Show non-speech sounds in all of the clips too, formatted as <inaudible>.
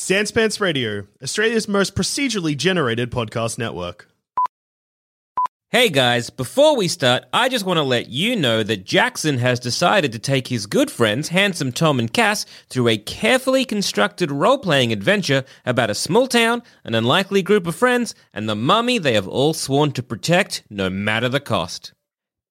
Sandspants Radio, Australia's most procedurally generated podcast network. Hey guys, before we start, I just want to let you know that Jackson has decided to take his good friends, Handsome Tom and Cass, through a carefully constructed role playing adventure about a small town, an unlikely group of friends, and the mummy they have all sworn to protect, no matter the cost.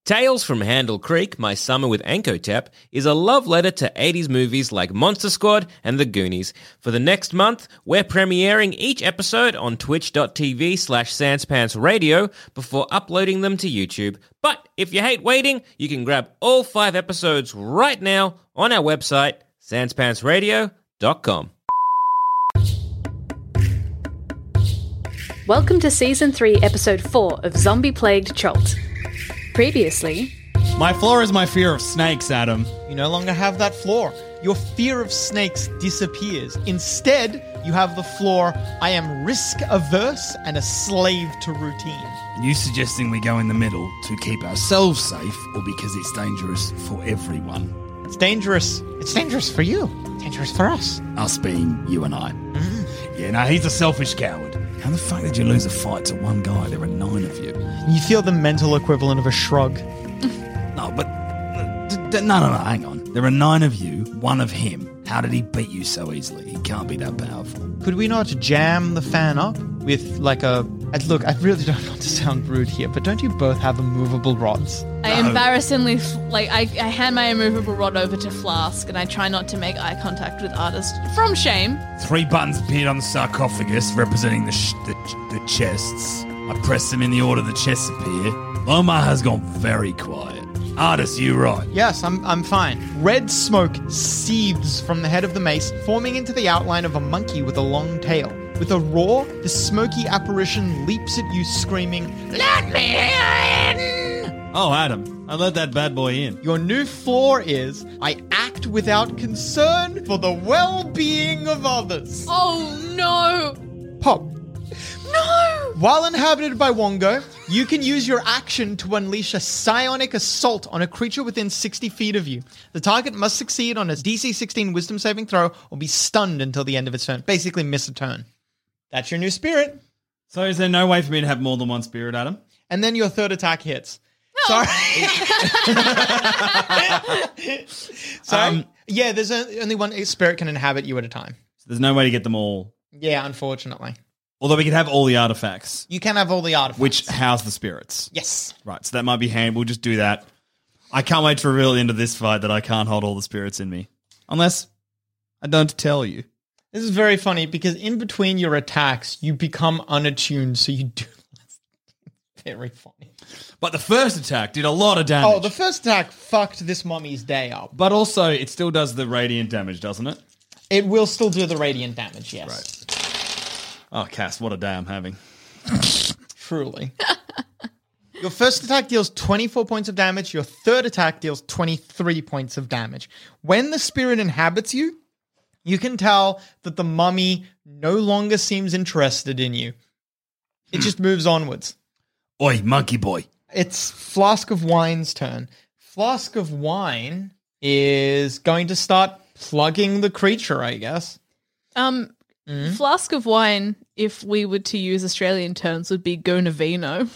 Tales from Handle Creek, My Summer with Ankotep, is a love letter to 80s movies like Monster Squad and The Goonies. For the next month, we're premiering each episode on twitch.tv slash sanspantsradio before uploading them to YouTube. But if you hate waiting, you can grab all five episodes right now on our website, sanspantsradio.com. Welcome to Season 3, Episode 4 of Zombie Plagued Cholt. Previously, My floor is my fear of snakes, Adam. You no longer have that floor. Your fear of snakes disappears. Instead, you have the floor I am risk averse and a slave to routine. Are you suggesting we go in the middle to keep ourselves safe or because it's dangerous for everyone? It's dangerous. It's dangerous for you. Dangerous for us. Us being you and I. Yeah, no, he's a selfish coward. How the fuck did you lose a fight to one guy? There were nine of you. You feel the mental equivalent of a shrug. No, but. d- d- No, no, no, hang on. There are nine of you, one of him. How did he beat you so easily? He can't be that powerful. Could we not jam the fan up with like a? I- Look, I really don't <laughs> want to sound rude here, but don't you both have immovable rods? I embarrassingly f- like I, I hand my immovable rod over to Flask and I try not to make eye contact with artist from shame. Three buttons appeared on the sarcophagus representing the, sh- the, the chests. I pressed them in the order the chests appear. Loma has gone very quiet. Artist, you right. Yes, I'm, I'm fine. Red smoke seethes from the head of the mace, forming into the outline of a monkey with a long tail. With a roar, the smoky apparition leaps at you, screaming, Let me in! Oh, Adam, I let that bad boy in. Your new floor is I act without concern for the well being of others. Oh no! Pop. No! While inhabited by Wongo, you can use your action to unleash a psionic assault on a creature within 60 feet of you. The target must succeed on a DC 16 wisdom saving throw or be stunned until the end of its turn. Basically, miss a turn. That's your new spirit. So is there no way for me to have more than one spirit, Adam? And then your third attack hits. Sorry. <laughs> Sorry. yeah, there's a, only one spirit can inhabit you at a time. So there's no way to get them all. Yeah, unfortunately. Although we could have all the artifacts, You can have all the artifacts. which house the spirits. Yes. Right, so that might be hand. We'll just do that. I can't wait to reveal at the end of this fight that I can't hold all the spirits in me. Unless I don't tell you. This is very funny because in between your attacks, you become unattuned, so you do less. Very funny. But the first attack did a lot of damage. Oh, the first attack fucked this mummy's day up. but also, it still does the radiant damage, doesn't it? It will still do the radiant damage, yes. Oh, Cass, what a day I'm having. Truly. <laughs> your first attack deals 24 points of damage, your third attack deals 23 points of damage. When the spirit inhabits you, you can tell that the mummy no longer seems interested in you. It just moves onwards. Oi, monkey boy. it's Flask of Wine's turn. Flask of Wine is going to start plugging the creature, I guess. Um, flask of wine. If we were to use Australian terms, would be Gonavino.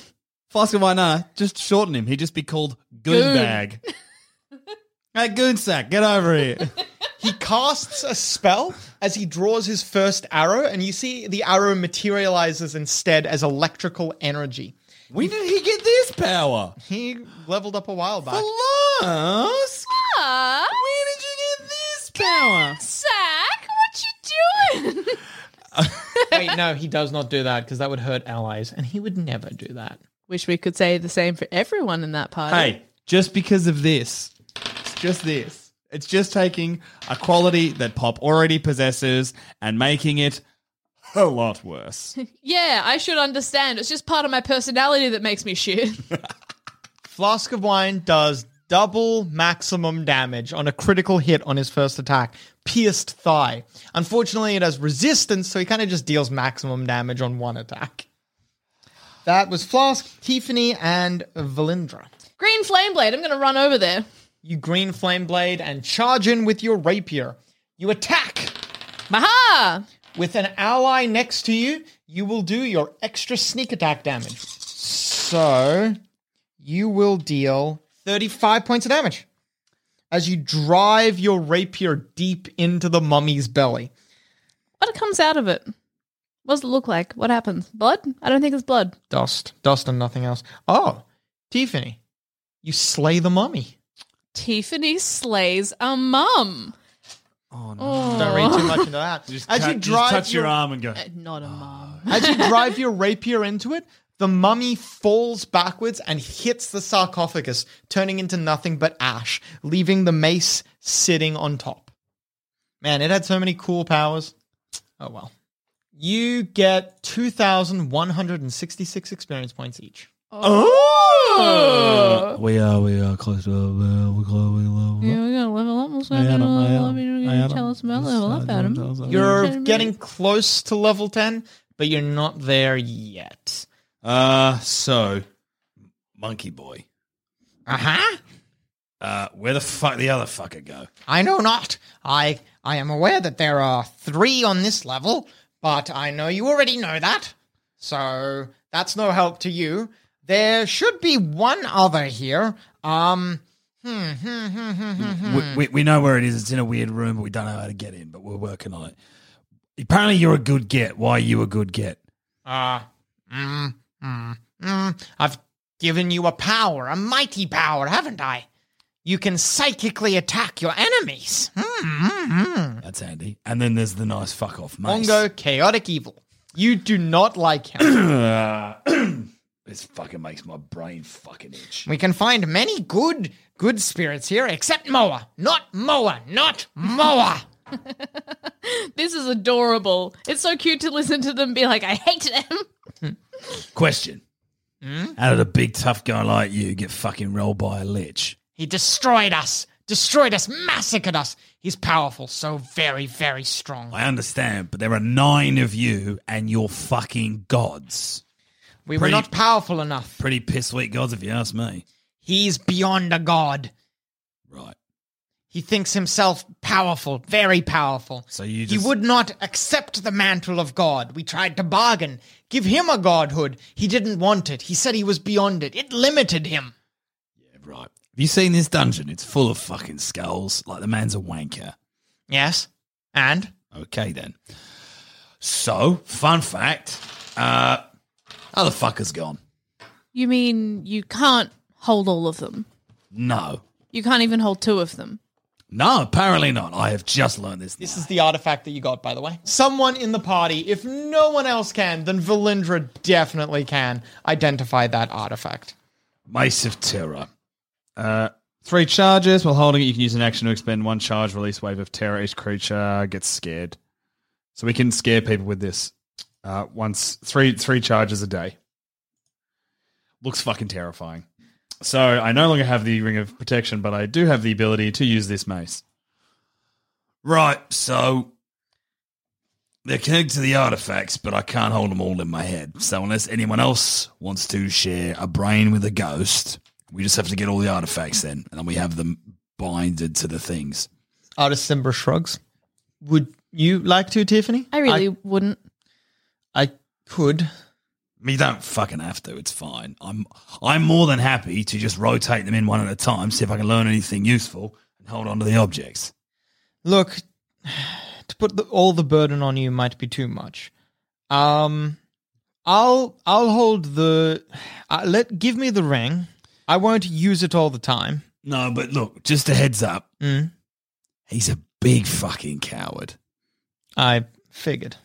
Flask of Wina, just shorten him. He'd just be called Goonbag. <laughs> hey, Goonsack, get over <laughs> here. He casts a spell as he draws his first arrow, and you see the arrow materializes instead as electrical energy. when did he get this power? He leveled up a while back. Flask? Ah, Where did you get this power? Zach, what you doing? <laughs> Wait, no, he does not do that because that would hurt allies, and he would never do that. Wish we could say the same for everyone in that party. Hey, just because of this, it's just this. It's just taking a quality that Pop already possesses and making it a lot <laughs> worse. Yeah, I should understand. It's just part of my personality that makes me shit. <laughs> Flask of Wine does double maximum damage on a critical hit on his first attack. Pierced thigh. Unfortunately, it has resistance, so he kind of just deals maximum damage on one attack. That was Flask, Tiffany, and Valindra. Green flame blade. I'm gonna run over there. You green flame blade and charge in with your rapier. You attack. Maha! With an ally next to you, you will do your extra sneak attack damage. So you will deal 35 points of damage as you drive your rapier deep into the mummy's belly. What comes out of it? What does it look like? What happens? Blood? I don't think it's blood. Dust, dust, and nothing else. Oh, Tiffany, you slay the mummy. Tiffany slays a mum. Oh, Oh. Don't read too <laughs> much into that. as you drive Eh. touch your, arm and go. Uh, Not a mum. As you drive your rapier into it, the mummy falls backwards and hits the sarcophagus, turning into nothing but ash, leaving the mace sitting on top. Man, it had so many cool powers. Oh well. You get 2,166 experience points each. Oh! Uh, We are, we are close to. Uh, we're close. We love. Yeah, we're gonna level up. We're gonna Adam, level I up. am, You're I gonna am. tell us about level up, Adam. You're <laughs> Mhm. getting close to level 10, but you're not there yet. Uh, so, Monkey Boy, Uh huh. uh, where the fuck the other fucker go? I know not. I I am aware that there are three on this level, but I know you already know that. So that's no help to you. There should be one other here. Um hmm, hmm, hmm, hmm, hmm, hmm. We, we, we know where it is. It's in a weird room, but we don't know how to get in. But we're working on it. Apparently, you're a good get. Why are you a good get? Uh, mm, mm, mm. I've given you a power, a mighty power, haven't I? You can psychically attack your enemies. Hmm, hmm, hmm. That's handy. And then there's the nice fuck off mace. Mongo, chaotic evil. You do not like him. <clears throat> this fucking makes my brain fucking itch. We can find many good, good spirits here, except Moa. Not Moa. Not Moa. This is adorable. It's so cute to listen to them be like, I hate them. Question: Mm-hmm. How did a big tough guy like you get fucking rolled by a lich? He destroyed us. Destroyed us. Massacred us. He's powerful. So very, very strong. I understand, but there are nine of you, and you're fucking gods. We Pretty- were not powerful enough. Pretty piss weak gods, if you ask me. He's beyond a god. Right. He thinks himself powerful, very powerful. So you He just- would not accept the mantle of God. We tried to bargain, give him a godhood. He didn't want it. He said he was beyond it. It limited him. Right. Have you seen this dungeon? It's full of fucking skulls. Like the man's a wanker. Yes. And? Okay then. So, fun fact. Uh other fucker's gone. You mean you can't hold all of them? No. You can't even hold two of them. No, apparently not. I have just learned this. This is the artifact that you got, by the way. Someone in the party, if no one else can, then Valindra definitely can identify that artifact. Mace of Terror. Three charges. While holding it, you can use an action to expend one charge, release wave of terror. Each creature gets scared. So we can scare people with this. Uh, once three three charges a day. Looks fucking terrifying. So I no longer have the ring of protection, but I do have the ability to use this mace. Right, so they're connected to the artifacts, but I can't hold them all in my head. So unless anyone else wants to share a brain with a ghost, we just have to get all the artifacts then, and then we have them binded to the things. Artist Simba shrugs. Would you like to, Tiffany? I really wouldn't. I, I could. You don't fucking have to. It's fine. I'm I'm more than happy to just rotate them in one at a time, see if I can learn anything useful, and hold on to the objects. Look, to put the, all the burden on you might be too much. Um, I'll I'll hold the. Uh, let give me the ring. I won't use it all the time. No, but look, just a heads up. Mm. He's a big fucking coward. I figured.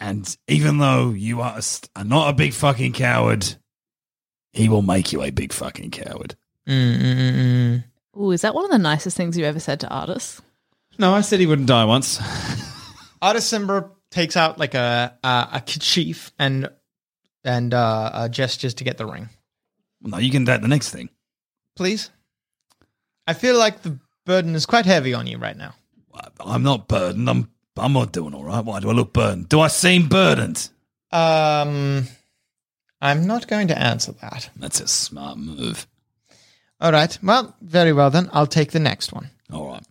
And even though you are, st- are not a big fucking coward, he will make you a big fucking coward. Mm, Mm-mm-mm. Ooh, is that one of the nicest things you ever said to artists? No, I said he wouldn't die once. Artisimber takes out like a a, a kerchief and and uh, uh, gestures to get the ring. No, you can take the next thing. Please, I feel like the burden is quite heavy on you right now. I- I'm not burdened. I'm I'm not doing all right. Why do I look burdened? Do I seem burdened? Um, I'm not going to answer that. That's a smart move. All right. Well, very well then. I'll take the next one. All right.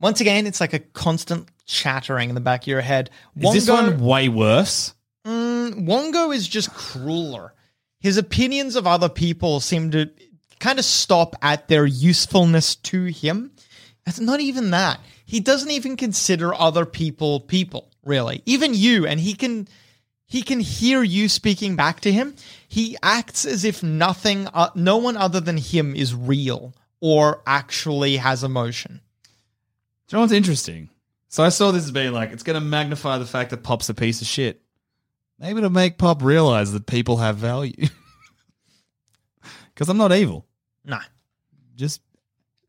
Once again, it's like a constant chattering in the back of your head. Is this one way worse? Mm, Wongo is just crueler. His opinions of other people seem to kind of stop at their usefulness to him. It's not even that. He doesn't even consider other people people, really. Even you, and he can he can hear you speaking back to him. He acts as if nothing uh, no one other than him is real or actually has emotion. Do you know what's interesting? So I saw this as being like, it's going to magnify the fact that Pop's a piece of shit. Maybe to make Pop realize that people have value. <laughs> Because I'm not evil, Nah. just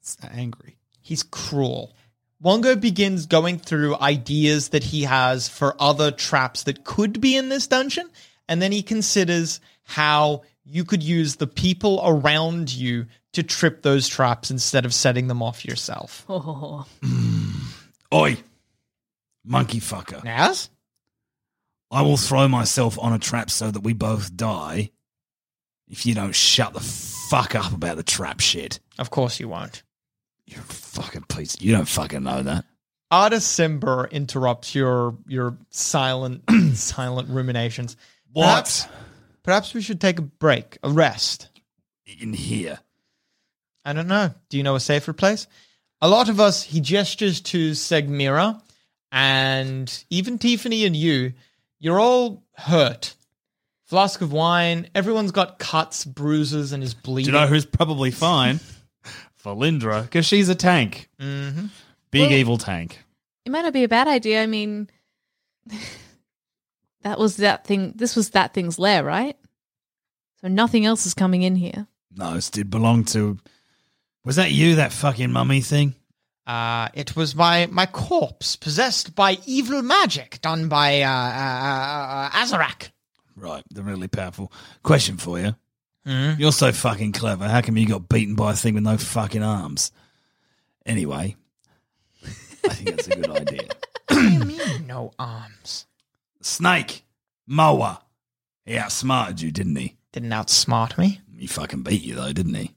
s- angry. He's cruel. Wongo begins going through ideas that he has for other traps that could be in this dungeon, and then he considers how you could use the people around you to trip those traps instead of setting them off yourself. Oh, Oi, monkey fucker. Yes? I will throw myself on a trap so that we both die if you don't shut the fuck up about the trap shit. Of course you won't. You're a fucking piece. You don't fucking know that. Arda Simber interrupts your your silent <clears throat> silent ruminations. Perhaps- perhaps we should take a break, a rest. In here. I don't know. Do you know a safer place? A lot of us, he gestures to Segmira and even Tiffany and you, you're all hurt. Flask of wine, everyone's got cuts, bruises, and is Do bleeding. you know who's probably fine? <laughs> Valindra, because she's a tank. Mm-hmm. Big evil tank. it might not be a bad idea. I mean, <laughs> that was that thing. This was that thing's lair, right? So nothing else is coming in here. No, it did belong to. Was that you, that fucking mummy thing? uh, it was my, my corpse possessed by evil magic done by uh, uh, uh, uh, Azarak. Right, they're really powerful. Question for you. You're so fucking clever. How come you got beaten by a thing with no fucking arms? Anyway, I think that's a good idea. no arms. Snake, Moa. He outsmarted you, didn't he? Didn't outsmart me. He fucking beat you, though, didn't he?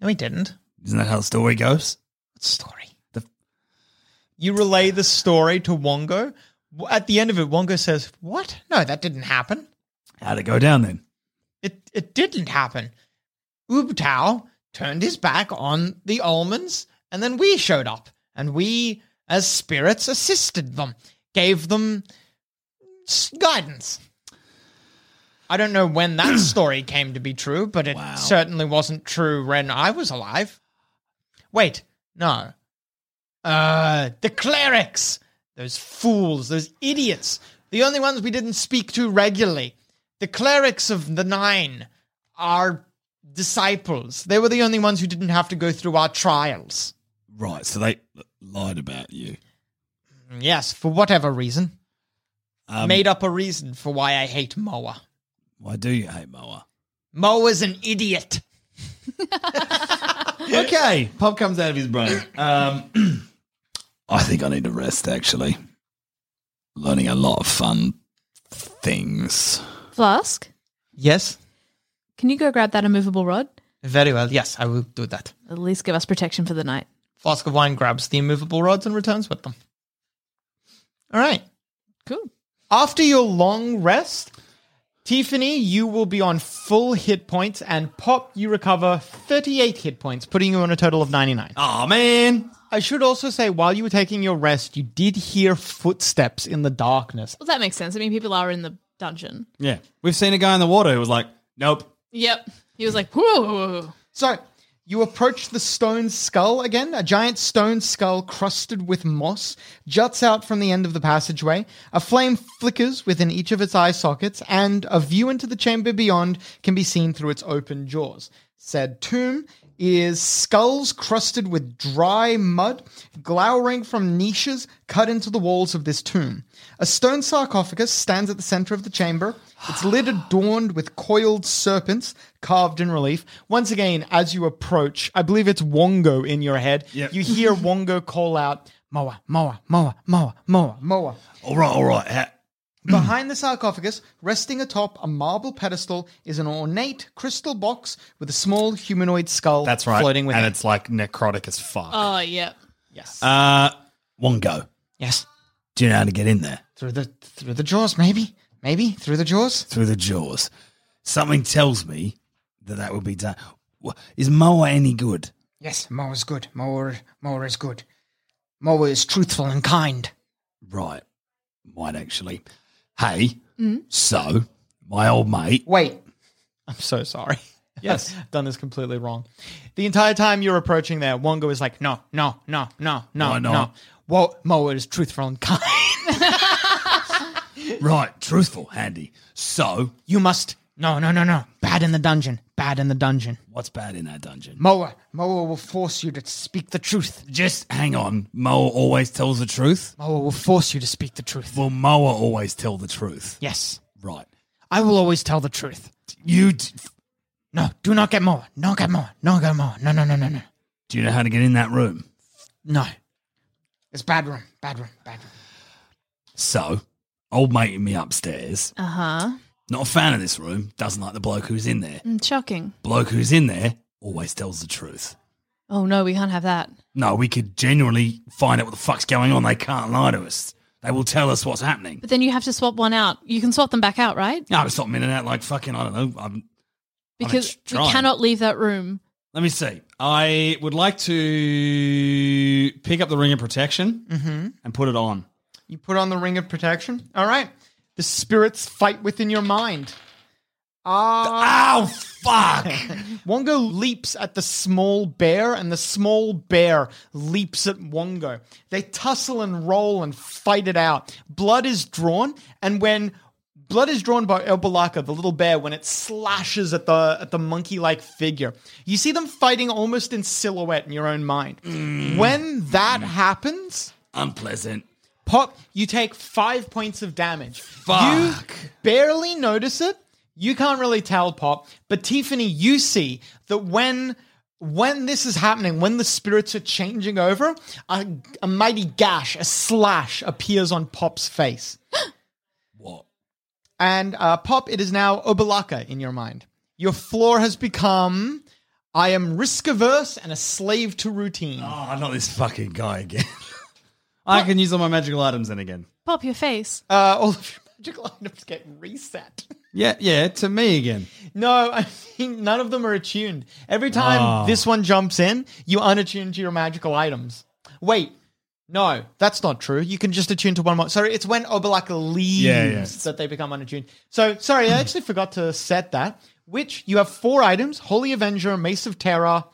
No, he didn't. Isn't that how the story goes? story? The- you relay the story to Wongo. W- At the end of it, Wongo says, "What? No, that didn't happen. How'd it go down then? It it didn't happen." Ubtao turned his back on the almonds, and then we showed up, and we, as spirits, assisted them, gave them s- guidance. I don't know when that <clears throat> story came to be true, but it Wow. certainly wasn't true when I was alive. Wait, no. Uh, the clerics! Those fools, those idiots, the only ones we didn't speak to regularly. The clerics of the Nine, our disciples, they were the only ones who didn't have to go through our trials. Right, so they lied about you. Yes, for whatever reason. Um, Made up a reason for why I hate Moa. Why do you hate Moa? Moa's an idiot. Okay, Pop comes out of his brain. <laughs> Um, I think I need to rest, actually. Learning a lot of fun things. Flask, Yes, can you go grab that immovable rod? very well. Yes, I will do that. At least give us protection for the night. Flask of wine grabs the immovable rods and returns with them. All right. Cool. After your long rest, Tiffany, you will be on full hit points, and Pop, you recover 38 hit points, putting you on a total of 99. oh, man. I should also say, while you were taking your rest, you did hear footsteps in the darkness. Well, that makes sense. I mean, people are in the dungeon. Yeah. We've seen a guy in the water who was like, nope. Yep. He was like, whoa. So you approach the stone skull again. A giant stone skull crusted with moss juts out from the end of the passageway. A flame flickers within each of its eye sockets, and a view into the chamber beyond can be seen through its open jaws. Said tomb is skulls crusted with dry mud, glowering from niches cut into the walls of this tomb. A stone sarcophagus stands at the center of the chamber, its lid adorned with coiled serpents carved in relief. Once again, as you approach, I believe it's Wongo in your head. You <laughs> hear Wongo call out, Moa, Moa, Moa, Moa, Moa, <clears throat> Moa. All right, all right. Ha- Behind the sarcophagus, resting atop a marble pedestal, is an ornate crystal box with a small humanoid skull That's right. floating with and it. it's like necrotic as fuck. Oh, yep. yes. Uh, Wongo. yes. Do you know how to get in there? Through the through the jaws, maybe, maybe through the jaws. Through the jaws. Something tells me that that would be done. Wha- Is Moa any good? Yes, Moa is good. Moa, Moa is good. Moa is truthful and kind. Right. Might actually. Hey, so my old mate. Wait. I'm so <laughs> sorry. Yes. Done this completely wrong. The entire time you're approaching there, Wongo is like, no, no, no, no, no, Why not? no. Well, Moa is truthful and kind. <laughs> Right, truthful, handy. So, You must. No, no, no, no. Bad in the dungeon. Bad in the dungeon. what's bad in that dungeon? Moa. Moa will force you to speak the truth. Just hang on. Moa always tells the truth. Moa will force you to speak the truth. Will Moa always tell the truth? Yes. Right. I will always tell the truth. You. D- No, do not get Moa. No, get Moa. No, get Moa. No, no, no, no, no. do you know how to get in that room? No. It's bad room. Bad room. Bad room. So, old mate and me upstairs. Uh huh. Not a fan of this room. Doesn't like the bloke who's in there. Mm, Shocking. Bloke who's in there always tells the truth. Oh no, we can't have that. No, we could genuinely find out what the fuck's going on. They can't lie to us. They will tell us what's happening. But then you have to swap one out. You can swap them back out, right? No, it's not minning out like fucking, I don't know. I'm, Because we trying. cannot leave that room. let me see. I would like to pick up the ring of protection Mm-hmm. and put it on. You put on the ring of protection. All right. The spirits fight within your mind. Ah. Oh, fuck. <laughs> Wongo leaps at the small bear, and the small bear leaps at Wongo. They tussle and roll and fight it out. Blood is drawn, and when blood is drawn by Elbalaka, the little bear, when it slashes at the at the monkey-like figure, you see them fighting almost in silhouette in your own mind. When that happens, Unpleasant. Pop, you take five points of damage. Fuck. You barely notice it. You can't really tell, Pop. But Tiffany, you see that when when this is happening, when the spirits are changing over, a, a mighty gash, a slash, appears on Pop's face. What? And uh, Pop, it is now Obalaka in your mind. Your floor has become I am risk averse and a slave to routine. Oh, not this fucking guy again. <laughs> I can use all my magical items then again. Pop your face. Uh, all of your <laughs> magical items get reset. Yeah, yeah, to me again. No, I mean none of them are attuned. Every Ah. time this one jumps in, you unattune to your magical items. Wait, no, that's not true. You can just attune to one more. Sorry, it's when Obalaka leaves Yeah, yeah. that they become unattuned. So sorry, I actually forgot to set that. Which you have four items: Holy Avenger, Mace of Terror.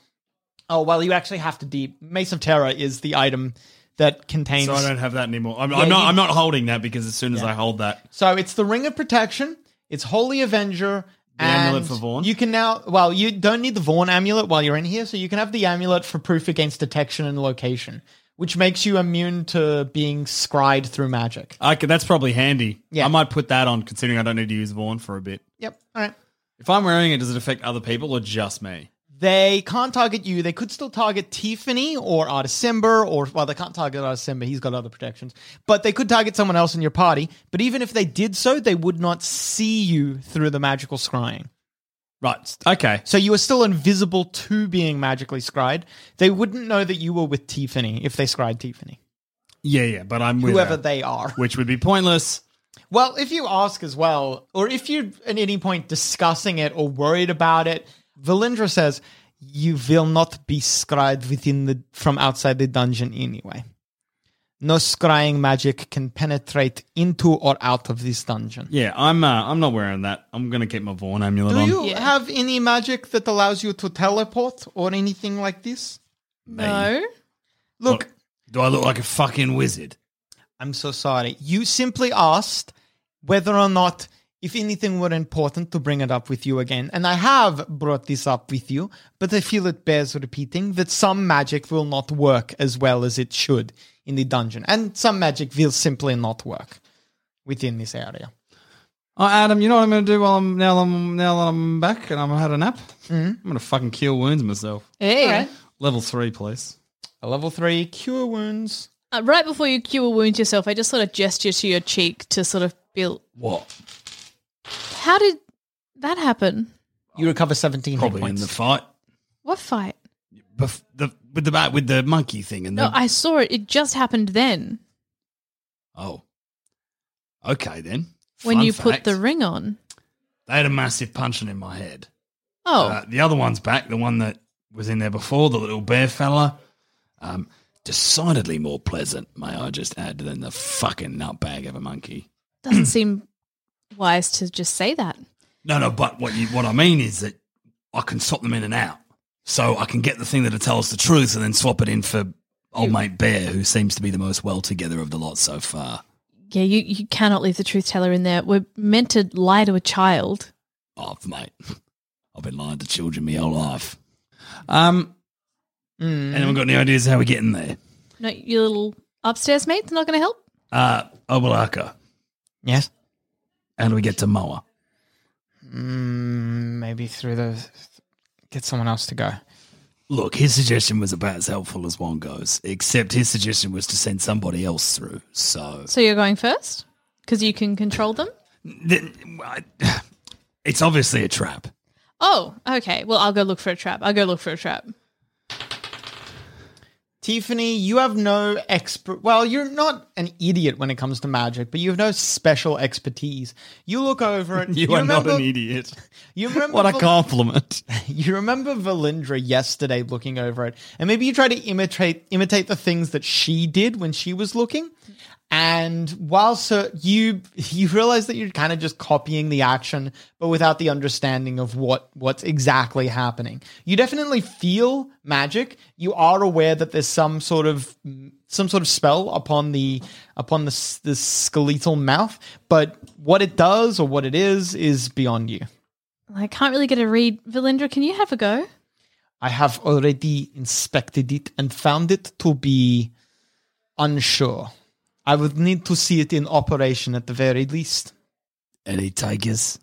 Oh well, you actually have to de Mace of Terror is the item that contains. So I don't have that anymore. I'm, Yeah, I'm not. you- I'm not holding that because as soon as I hold that, So it's the Ring of Protection. It's Holy Avenger. and amulet for Vaughn? You can now. Well, you don't need the Vaughn amulet while you're in here, so you can have the amulet for proof against detection and location, which makes you immune to being scried through magic. I could, that's probably handy. Yeah. I might put that on considering I don't need to use Vaughn for a bit. Yep. All right. If I'm wearing it, does it affect other people or just me? They can't target you. They could still target Tiffany or Artisimber, or well, they can't target Artisimber. He's got other protections, but they could target someone else in your party. But even if they did so, they would not see you through the magical scrying. Right. Okay. So you are still invisible to being magically scried. They wouldn't know that you were with Tiffany if they scried Tiffany, Yeah, yeah. But I'm with whoever her, they are. which would be pointless. Well, if you ask as well, or if you're at any point discussing it or worried about it, Valindra says you will not be scried within the from outside the dungeon anyway. No scrying magic can penetrate into or out of this dungeon. Yeah, I'm. Uh, I'm not wearing that. I'm gonna keep my Vaughn amulet Do on. you Yeah. have any magic that allows you to teleport or anything like this? No. Look, Do I look like a fucking wizard? I'm so sorry. You simply asked whether or not, if anything were important, to bring it up with you again. And I have brought this up with you, but I feel it bears repeating that some magic will not work as well as it should in the dungeon. And some magic will simply not work within this area. Oh, Adam, you know what I'm gonna do while I'm now. I'm now that I'm back and I'm had a nap. Mm-hmm. I'm gonna fucking cure wounds myself. Hey. Level three, please. A level three cure wounds. Uh, right before you cure wound yourself, I just sort of gesture to your cheek to sort of build. What? How did that happen? You recover 17 hit Probably in points. the fight. What fight? Bef- the, with the bat with the monkey thing and the No, I saw it. It just happened then. Oh. Okay then. when Fun you put fact, the ring on. They had a massive punching in my head. Oh, Uh, the other one's back, the one that was in there before, the little bear fella. Um, decidedly more pleasant, may I just add, than the fucking nutbag of a monkey. <clears throat> doesn't seem wise to just say that. No, no, but what you, what I mean is that I can swap them in and out. So I can get the thing that'll tell us the truth and then swap it in for old mate Bear, who seems to be the most well together of the lot so far. Yeah, you, you cannot leave the truth teller in there. We're meant to lie to a child. Oh, mate. <laughs> I've been lying to children my whole life. Um, Anyone got any ideas how we get in there? No, your little upstairs mate's not going to help. Uh, Obalaka, Yes. how do we get to Moa? Mm, maybe through the. Get someone else to go. Look, his suggestion was about as helpful as one goes, except his suggestion was to send somebody else through. So So you're going first because you can control them. Th- I- <sighs> it's obviously a trap. Oh, okay. Well, I'll go look for a trap. I'll go look for a trap. Tiffany, you have no expert. Well, you're not an idiot when it comes to magic, but you have no special expertise. You look over it. <laughs> You, are remember, not an idiot. You remember <laughs> What a Val- compliment. <laughs> You remember Valindra yesterday looking over it, and maybe you try to imitate imitate the things that she did when she was looking. And while Sir, you <laughs> you realize that you're kind of just copying the action, but without the understanding of what what's exactly happening. You definitely feel magic. You are aware that there's some sort of some sort of spell upon the upon the s- the skeletal mouth, but what it does or what it is is beyond you. I can't really get a read. Valindra, can you have a go? I have already inspected it and found it to be unsure. I would need to see it in operation at the very least. Any takers?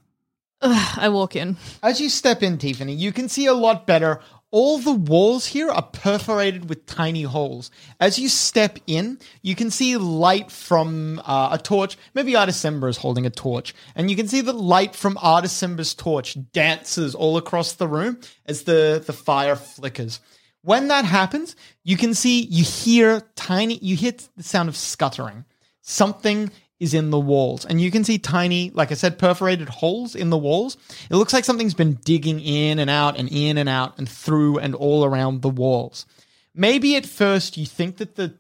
Ugh, I walk in. As you step in, Tiffany, you can see a lot better. All the walls here are perforated with tiny holes. As you step in, you can see light from uh, a torch. Maybe Artisember is holding a torch. And you can see the light from Artisember's torch dances all across the room as the, the fire flickers. When that happens, you can see, you hear tiny, you hear the sound of scuttering something is in the walls and you can see tiny like i said perforated holes in the walls it looks like something's been digging in and out and in and out and through and all around the walls maybe at first you think that the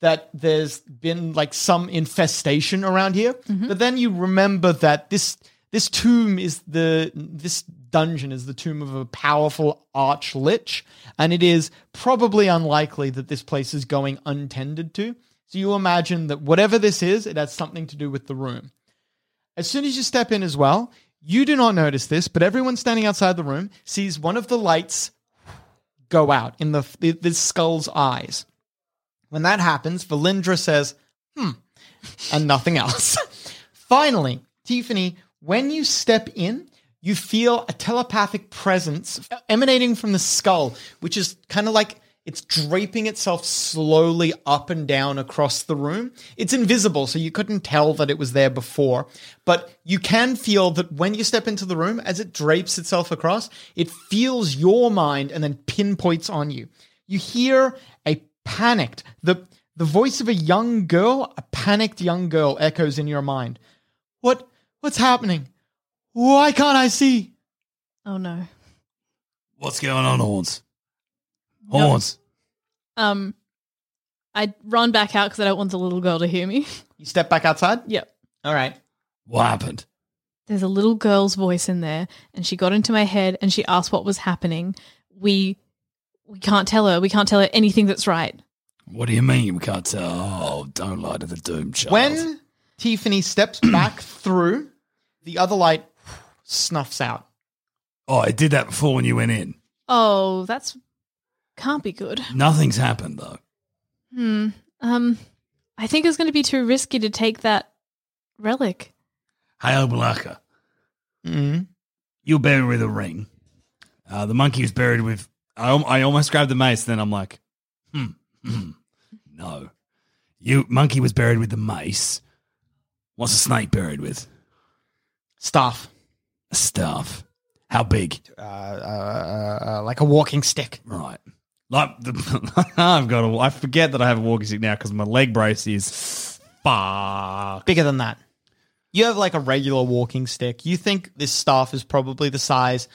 that there's been like some infestation around here but then you remember that this this tomb is the this dungeon is the tomb of a powerful arch lich and it is probably unlikely that this place is going untended to so you imagine that whatever this is, it has something to do with the room. As soon as you step in as well, you do not notice this, but everyone standing outside the room sees one of the lights go out in the, the, the skull's eyes. When that happens, Valindra says, hmm, and nothing else. <laughs> Finally, Tiffany, when you step in, you feel a telepathic presence emanating from the skull, which is kind of like it's draping itself slowly up and down across the room. It's invisible, so you couldn't tell that it was there before, but you can feel that when you step into the room, as it drapes itself across, it feels your mind and then pinpoints on you. You hear a panicked, the the voice of a young girl, a panicked young girl echoes in your mind. What what's happening? Why can't I see? Oh no. What's going on, Horns? Horns. Um, I run back out because I don't want the little girl to hear me. <laughs> You step back outside? Yep. All right. What happened? There's a little girl's voice in there, and she got into my head and she asked what was happening. We we can't tell her. We can't tell her anything that's right. What do you mean we can't tell? Oh, don't lie to the doom child. When Tiffany <clears throat> steps back through, the other light snuffs out. Oh, I did that before when you went in. Oh, that's can't be good. Nothing's happened though. Hmm. Um, I think it's going to be too risky to take that relic. Hey, Obalaka, Mm. you're buried with a ring. Uh, the monkey is buried with. I, al- I almost grabbed the mace, then I'm like, hmm, No, you monkey was buried with the mace. What's a snake buried with? Staff. A staff. How big? Uh, uh, uh, uh, like a walking stick. Right. <laughs> like the, I've got a, I forget that I have a walking stick now because my leg brace is Fuck. bigger than that. You have like a regular walking stick. You think this staff is probably the size,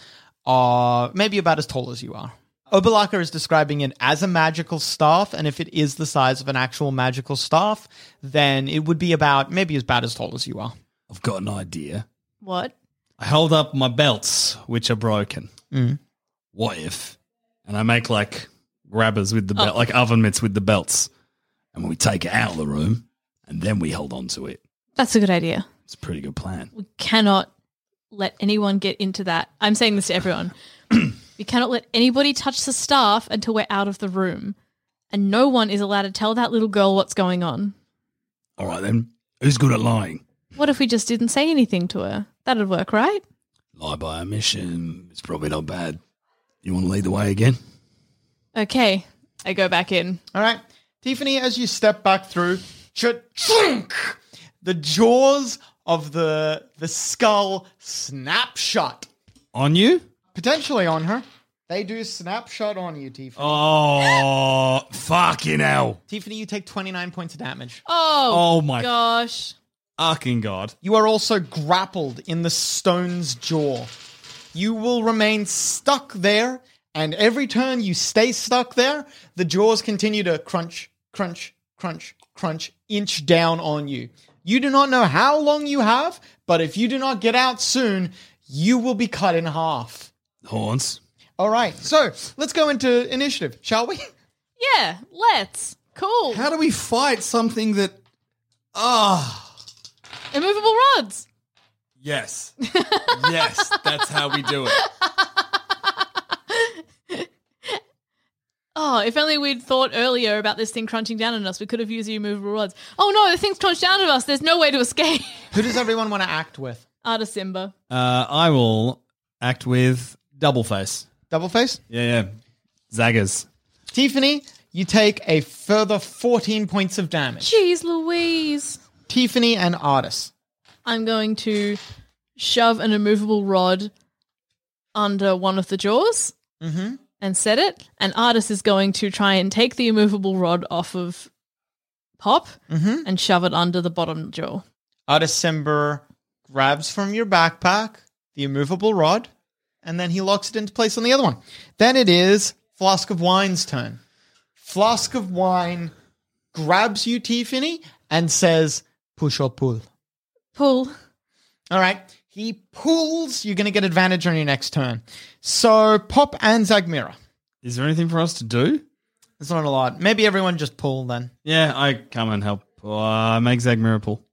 uh, maybe about as tall as you are. Obalaka is describing it as a magical staff, and if it is the size of an actual magical staff, then it would be about maybe about as tall as you are. I've got an idea. What? I hold up my belts, which are broken. Mm. What if? And I make like grabbers with the belt, Oh. like oven mitts with the belts. And we take it out of the room and then we hold on to it. That's a good idea. It's a pretty good plan. We cannot let anyone get into that. I'm saying this to everyone. we cannot let anybody touch the staff until we're out of the room. And no one is allowed to tell that little girl what's going on. All right, then. Who's good at lying? What if we just didn't say anything to her? That'd work, right? Lie by omission. It's probably not bad. You want to lead the way again? Okay. I go back in. All right, Tiffany, as you step back through, chunk, the jaws of the the skull snap shut, On you? potentially on her. They do snap shut on you, Tiffany. Oh, fucking hell. Tiffany, you take twenty nine points of damage. Oh, Oh my gosh. fucking god. You are also grappled in the stone's jaw. You will remain stuck there, and every turn you stay stuck there, the jaws continue to crunch, crunch, crunch, crunch, inch down on you. You do not know how long you have, but if you do not get out soon, you will be cut in half. Horns. All right, so let's go into initiative, shall we? <laughs> Yeah, let's. Cool. How do we fight something that. Ah. Immovable rods. <laughs> yes. yes. That's how we do it. Oh, if only we'd thought earlier about this thing crunching down on us, we could have used the immovable rods. Oh no, the thing's crunched down on us. There's no way to escape. <laughs> Who does everyone want to act with? Arta Simba. Uh, I will act with double face. Double face? Yeah, yeah. Zaggers. Tiffany, you take a further 14 points of damage. Jeez Louise. Tiffany and Artis. I'm going to shove an immovable rod under one of the jaws Mm-hmm. and set it. And Artis is going to try and take the immovable rod off of Pop Mm-hmm. and shove it under the bottom jaw. Artisember grabs from your backpack the immovable rod, and then he locks it into place on the other one. Then it is Flask of Wine's turn. Flask of Wine grabs you, Tiffany, and says, push or pull. Pull. All right. He pulls. You're going to get advantage on your next turn. So, Pop and Zagmira. Is there anything for us to do? It's not a lot. Maybe everyone just pull then. Yeah, I come and help. Oh, Uh, make Zagmira pull.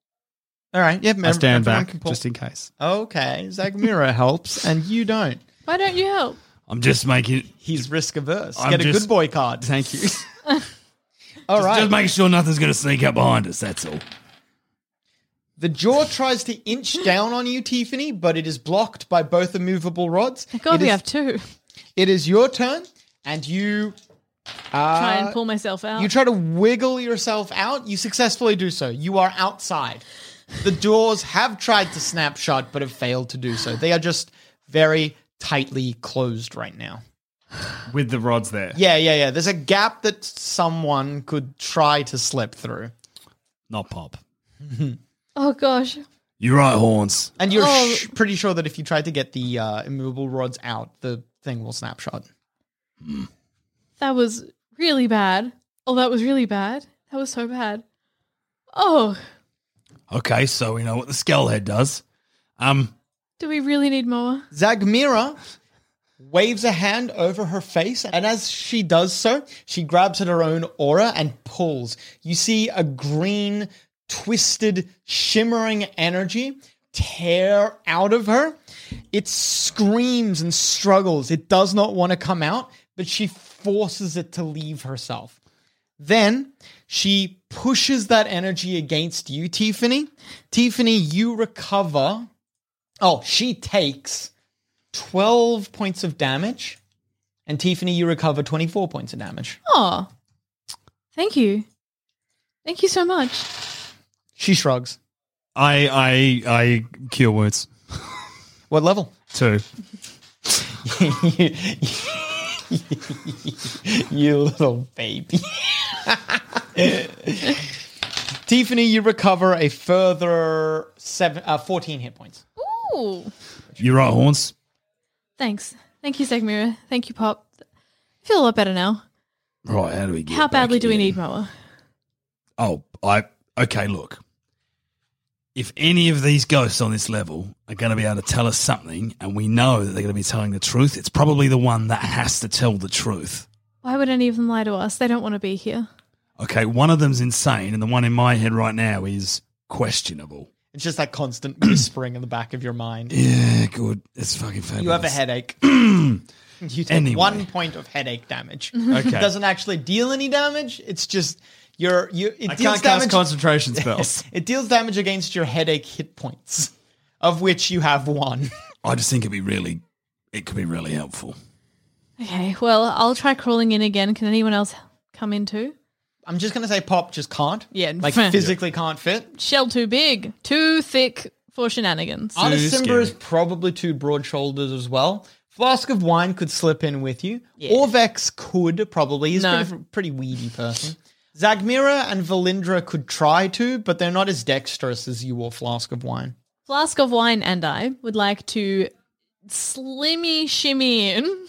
All right. Yep. I stand everyone back can pull. just in case. okay. Zagmira helps, and you don't. Why don't you help? I'm just making. He's risk averse. I'm Get a <laughs> just- good boy card. Thank you. All right. Just make sure nothing's going to sneak up behind us. That's all. the jaw tries to inch down on you, Tiffany, but it is blocked by both immovable rods. Thank Oh It God we is- have two. It is your turn, and you try and pull myself out. Uh, you try to wiggle yourself out. You successfully do so. You are outside. The doors have tried to snap shut, but have failed to do so. They are just very tightly closed right now. with the rods there. Yeah, yeah, yeah. There's a gap that someone could try to slip through. Not pop. oh gosh. You're right, horns. And you're Oh. sh- pretty sure that if you tried to get the uh, immovable rods out, the thing will snapshot. That was really bad. Oh, that was really bad. That was so bad. Oh, Okay, so we know what the skull head does. Um, do we really need more? Zagmira waves a hand over her face, and as she does so, she grabs at her own aura and pulls. You see a green, twisted, shimmering energy tear out of her. It screams and struggles. It does not want to come out, but she forces it to leave herself. Then she pushes that energy against you, Tiffany. Tiffany, you recover. Oh, she takes 12 points of damage. And Tiffany, you recover 24 points of damage. Oh, thank you. Thank you so much. She shrugs. I I I cure wounds What level? <laughs> too. you, you little baby. Tiffany, you recover a further seven, uh, 14 hit points. Ooh. You're right, Horns. Thanks. Thank you, Segmira. Thank you, Pop. I feel a lot better now. Right, how do we get How back badly do we in? need Moa? Oh, I okay. Look, if any of these ghosts on this level are going to be able to tell us something, and we know that they're going to be telling the truth, it's probably the one that has to tell the truth. Why would any of them lie to us? They don't want to be here. Okay, one of them's insane, and the one in my head right now is questionable. It's just that constant <clears throat> whispering in the back of your mind. Yeah, good. It's fucking fabulous. You have a <clears throat> headache. you take Anyway. one point of headache damage. Okay. It doesn't actually deal any damage. It's just your you. It I deals can't cast damage. <laughs> concentration spells. it deals damage against your headache hit points, of which you have <laughs> one. I just think it'd be really, it could be really helpful. Okay, well, I'll try crawling in again. Can anyone else come in too? I'm just gonna say pop just can't. Yeah, like fair. physically can't fit. Shell too big, too thick for shenanigans. Anna Simba scary. is probably too broad shoulders as well. Flask of wine could slip in with you. Orvex could probably. He's No. a pretty, pretty weedy person. Zagmira and Valindra could try to, but they're not as dexterous as you or Flask of Wine. Flask of wine and I would like to slimmy shimmy in.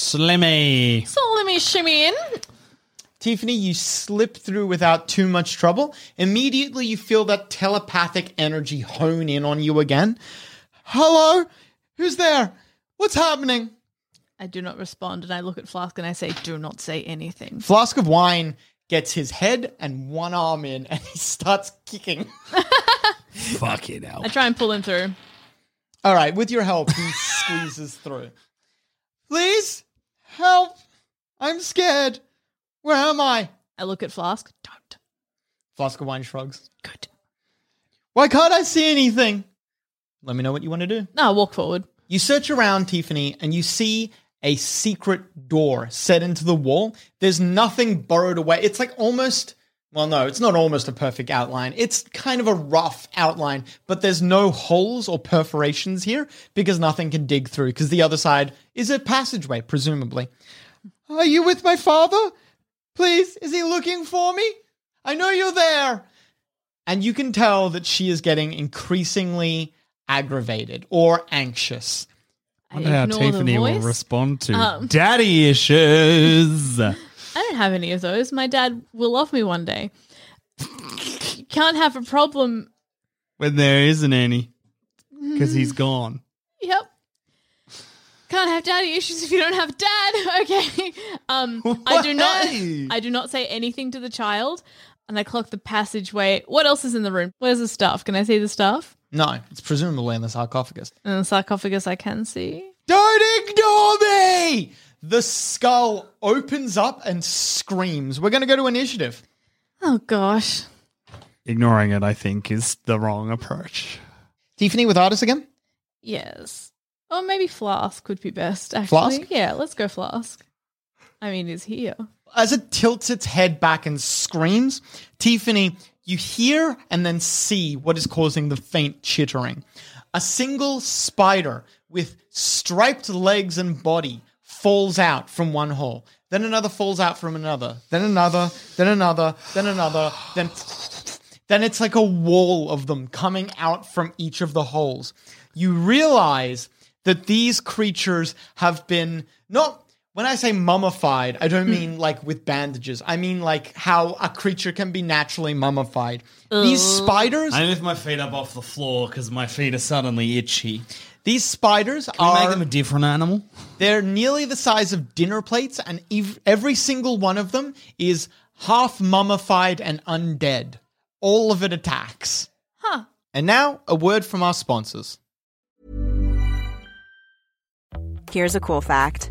Slimmy. Slimmy shimmy in. Tiffany, you slip through without too much trouble. Immediately, you feel that telepathic energy hone in on you again. Hello? Who's there? What's happening? I do not respond and I look at Flask and I say, do not say anything. Flask of Wine gets his head and one arm in, and he starts kicking. Fuck it out. I try and pull him through. All right, with your help, he squeezes through. Please help! I'm scared. Where am I? I look at Flask. Don't. Flask of wine shrugs. Good. Why can't I see anything? Let me know what you want to do. No, I walk forward. You search around, Tiffany, and you see a secret door set into the wall. There's nothing burrowed away. It's like almost, well, no, it's not almost a perfect outline. It's kind of a rough outline, but there's no holes or perforations here because nothing can dig through because the other side is a passageway, presumably. Are you with my father? Please, is he looking for me? I know you're there. And you can tell that she is getting increasingly aggravated or anxious. I Wonder how ignore Tiffany the will voice. respond to Um. <laughs> daddy issues. That's I don't have any of those. My dad will love me one day. Can't have a problem. when there isn't any, because he's Mm. gone. Yep. Can't have daddy issues if you don't have dad. <laughs> Okay. Um, I do Hey! not. I do not say anything to the child, and I clock the passageway. What else is in the room? Where's the stuff? Can I see the stuff? No, it's presumably in the sarcophagus. And the sarcophagus, I can see. Don't ignore me! The skull opens up and screams. We're going to go to initiative. Oh gosh. Ignoring it, I think, is the wrong approach. Tiffany with artists again? Yes. Or maybe Flask would be best, actually. Flask? Yeah, let's go Flask. I mean, he's here. As it tilts its head back and screams, Tiffany, you hear and then see what is causing the faint chittering. A single spider with striped legs and body falls out from one hole. Then another falls out from another. Then another. Then another. Then another. Then. Then it's like a wall of them coming out from each of the holes. You realize that these creatures have been not. When I say mummified, I don't mean like with bandages. I mean like how a creature can be naturally mummified. These spiders, I lift my feet up off the floor because my feet are suddenly itchy. these spiders Can we are make them a different animal? They're nearly the size of dinner plates, and ev- every single one of them is half mummified and undead. All of it attacks. Huh. And now, a word from our sponsors. Here's a cool fact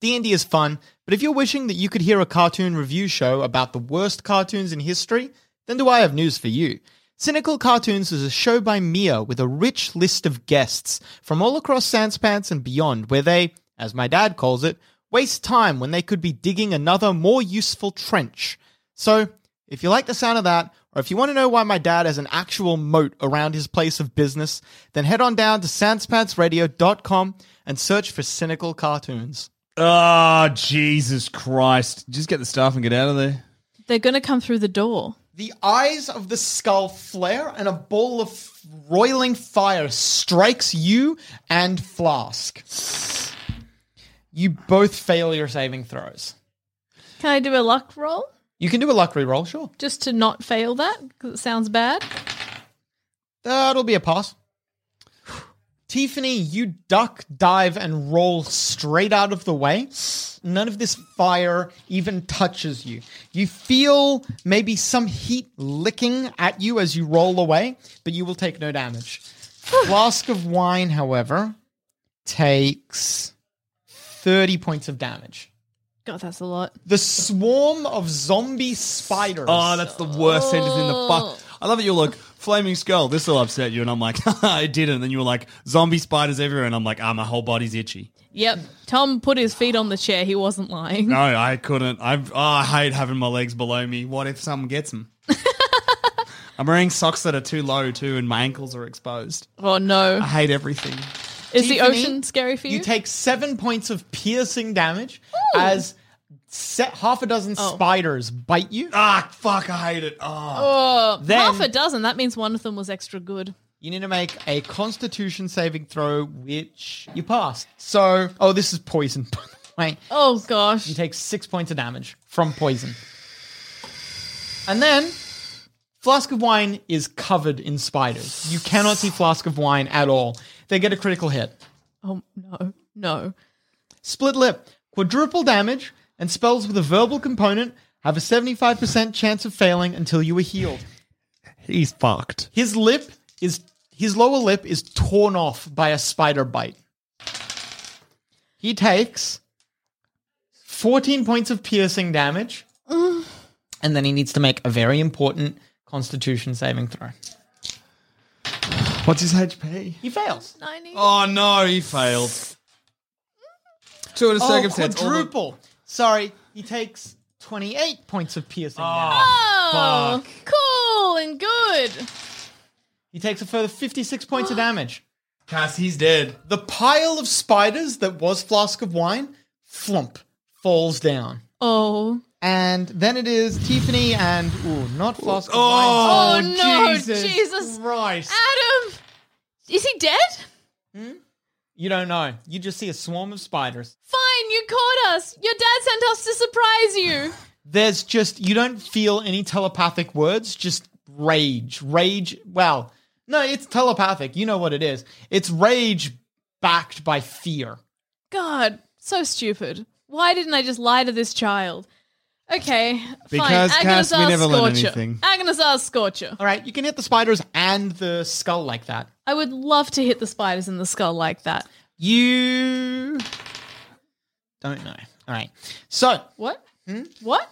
D&D is fun, but if you're wishing that you could hear a cartoon review show about the worst cartoons in history, then do I have news for you. Cynical Cartoons is a show by Mia with a rich list of guests from all across Sanspants and beyond where they, as my dad calls it, waste time when they could be digging another more useful trench. So, if you like the sound of that, or if you want to know why my dad has an actual moat around his place of business, then head on down to sanspantsradio.com and search for cynical cartoons. Oh, Jesus Christ. Just get the stuff and get out of there. They're going to come through the door. The eyes of the skull flare, and a ball of f- roiling fire strikes you and Flask. You both fail your saving throws. Can I do a luck roll You can do a luck reroll, sure. just to not fail that? Because it sounds bad. That'll be a pass. Tiffany, you duck, dive, and roll straight out of the way. None of this fire even touches you. You feel maybe some heat licking at you as you roll away, but you will take no damage. Flask of wine, however, takes 30 points of damage. God, that's a lot. The swarm of zombie spiders. Oh, that's the worst sentence in Oh. the fuck. I love it. You're like, flaming skull, this will upset you. And I'm like, <laughs> it didn't. And then you were like, zombie spiders everywhere. And I'm like, ah, my whole body's itchy. Yep. Tom put his feet on the chair. He wasn't lying. No, I couldn't. I've, oh, I hate having my legs below me. What if someone gets <laughs> them? I'm wearing socks that are too low, too, and my ankles are exposed. Oh, no. I hate everything. Is the Tiffany, ocean scary for you? You take seven points of piercing damage as se- half a dozen spiders bite you. Ah, fuck, I hate it. Ah. oh, Then- half a dozen. That means one of them was extra good. You need to make a Constitution saving throw, which you pass. So, oh, this is poison. <laughs> by the way. Oh, gosh. you take six points of damage from poison, and then flask of wine is covered in spiders. You cannot see flask of wine at all. They get a critical hit. Oh, no. No. Split Lip, quadruple damage, and spells with a verbal component have a 75% chance of failing until you are healed. He's fucked. His lip is his lower lip is torn off by a spider bite. He takes 14 points of piercing damage, and then he needs to make a very important constitution saving throw. What's his HP? He fails. 90. Oh no, he failed. Two in a Oh, circumstance. all the- quadruple. Sorry, he takes 28 points of piercing damage. Oh, cool and good. He takes a further 56 <gasps> points of damage. Cass, he's dead. The pile of spiders that was Flask of Wine, flump, falls down. Oh, And then it is Tiffany and, ooh, not Flask of oh, Wine. no, Jesus, Christ. Adam, is he dead? You don't know. You just see a swarm of spiders. Fine, you caught us. Your dad sent us to <sighs> surprise you. There's just, you don't feel any telepathic words, just rage. Rage, well, no, it's telepathic. You know what it is. It's rage backed by fear. God, so stupid. Why didn't I just lie to this child? Okay, Because, fine. Cass, we Agonizar's never learn Scorcher. anything. Agonizar's Scorcher. All right, you can hit the spiders and the skull like that. I would love to hit the spiders in the skull like that. You don't know. All right. So Hmm? What? What?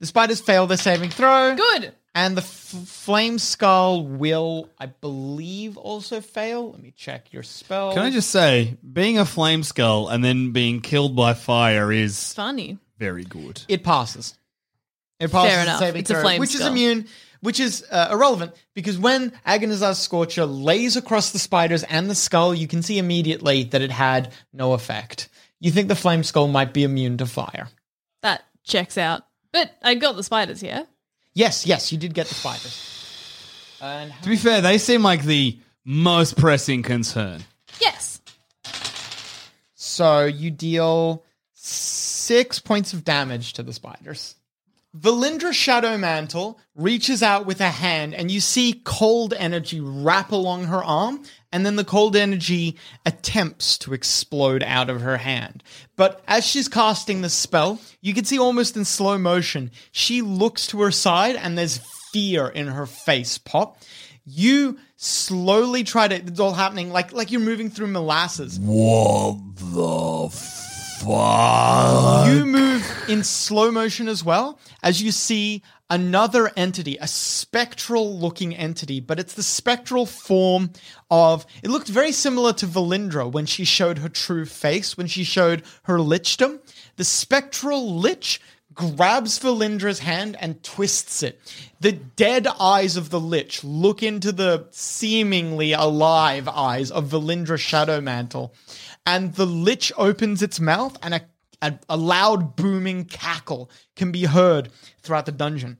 the spiders fail their saving throw. Good. And the f- flame skull will, I believe, also fail. Let me check your spell. Can I just say, being a flame skull and then being killed by fire is funny. very good. It passes. It passes Fair the enough. saving It's a throw, flame which is skull. immune, which is uh, irrelevant because when Agonizar's Scorcher lays across the spiders and the skull, you can see immediately that it had no effect. You think the flame skull might be immune to fire? That checks out. But I got the spiders, yeah? Yes, yes, you did get the spiders. And To be fair, they seem like the most pressing concern. Yes. so you deal six points of damage to the spiders. Valindra Shadow Mantle reaches out with a hand, and you see cold energy wrap along her arm, and then the cold energy attempts to explode out of her hand. But as she's casting the spell, you can see almost in slow motion, she looks to her side, and there's fear in her face pop. You slowly try to, it's all happening like, like you're moving through molasses. What the fuck? You move in slow motion as well as you see another entity, a spectral looking entity, but it's the spectral form of. It looked very similar to Valindra when she showed her true face, when she showed her lichdom. The spectral lich grabs Valindra's hand and twists it. The dead eyes of the Lich look into the seemingly alive eyes of Valindra Shadowmantle, and the Lich opens its mouth, and a, a, a loud booming cackle can be heard throughout the dungeon.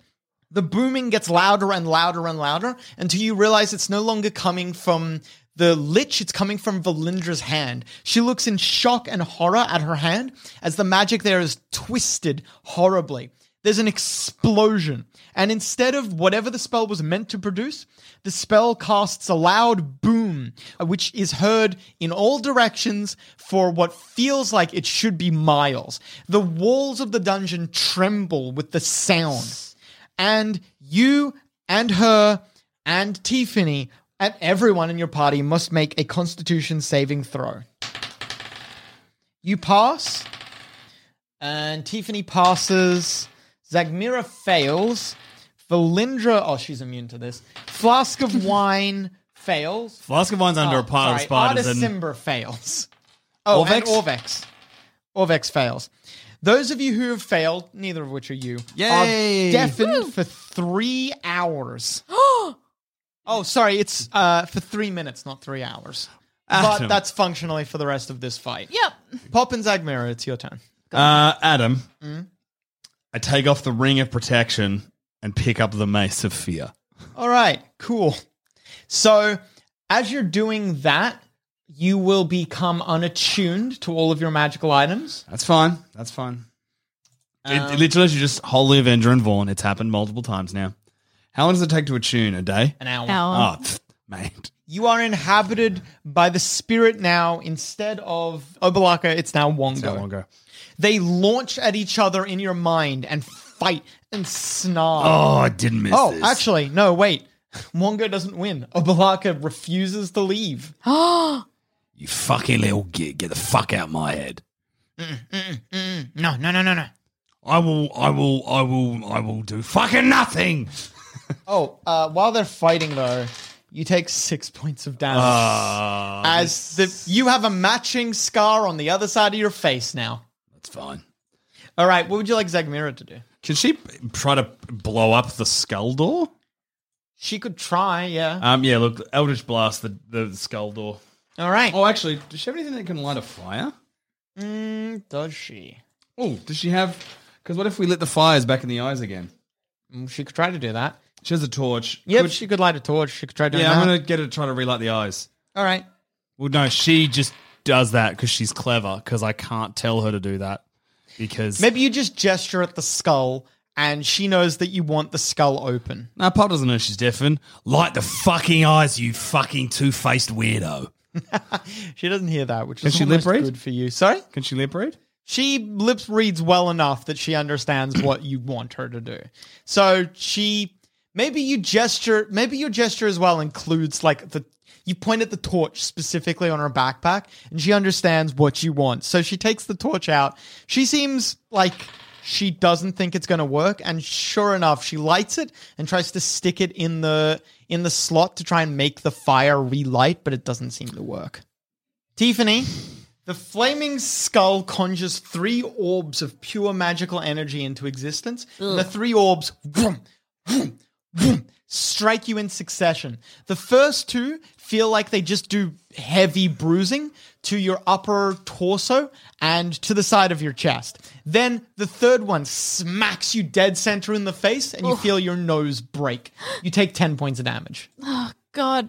The booming gets louder and louder and louder until you realize it's no longer coming from the lich, it's coming from Valindra's hand. She looks in shock and horror at her hand as the magic there is twisted horribly. There's an explosion, and instead of whatever the spell was meant to produce, the spell casts a loud boom, uh, which is heard in all directions for what feels like it should be miles. The walls of the dungeon tremble with the sound and you and her and Tiffany and everyone in your party must make a constitution saving throw. You pass, and Tiffany passes. Zagmira fails. Valindra, oh, she's immune to this. Flask of <laughs> wine fails. Flask of wine's under Oh, a pile of spiders Artist and- Simber fails. Oh, and Orvex. Orvex fails. Those of you who have failed, neither of which are you, Yay. are deafened for three hours. oh, sorry, it's uh, for three minutes, not three hours. Adam. But that's functionally for the rest of this fight. Yep. Pop and Zagmira, it's your turn. Uh, Adam, Mm. I take off the ring of protection and pick up the mace of fear. All right, cool. So, as you're doing that, you will become unattuned to all of your magical items. That's fine. That's fine. it, it literally is just Holy Avenger and Vaughn. It's happened multiple times now. How long does it take to attune? A day? An hour. Ow. Ah. Oh, pfft, mate. You are inhabited by the spirit now. Instead of Obalaka, it's now Wongo. That long ago. They launch at each other in your mind and fight and snarl. Oh, I didn't miss this. actually, no, wait. Wongo doesn't win. Obalaka refuses to leave. You fucking little git. Get the fuck out of my head. No, no, no, no, no. I will, I will, I will, I will do fucking nothing. Oh, uh, while they're fighting though, you take six points of damage. Uh, as the you have a matching scar on the other side of your face now. That's fine. All right, what would you like Zagmira to do? Can she b- try to blow up the skull door? She could try, yeah. Um, yeah, look, Eldritch Blast, the, the skull door. All right. Oh, actually, does she have anything that can light a fire? Mm, does she? Oh, does she have. Because what if we lit the fires back in the eyes again? Mm, She could try to do that. She has a torch. Yep, Could- she could light a torch. She could try doing yeah, that. I'm going to get her to try to relight the eyes. All right. Well, no, she just does that because she's clever. Because I can't tell her to do that because Maybe you just gesture at the skull, and she knows that you want the skull open. no, Pop doesn't know she's deafened. Light the fucking eyes, you fucking two faced weirdo. She doesn't hear that, which Can is she almost lip read? good for you. Sorry, Can she lip read? she lips reads well enough that she understands what you want her to do. So she maybe you gesture, maybe your gesture as well includes like the you point at the torch specifically on her backpack, and she understands what you want. So she takes the torch out. She seems like she doesn't think it's going to work and sure enough she lights it and tries to stick it in the in the slot to try and make the fire relight but it doesn't seem to work tiffany the flaming skull conjures three orbs of pure magical energy into existence and the Ugh. three orbs vroom, vroom, vroom, strike you in succession the first two feel like they just do heavy bruising to your upper torso and to the side of your chest. Then the third one smacks you dead center in the face and you feel your nose break. You take 10 points of damage. Oh God,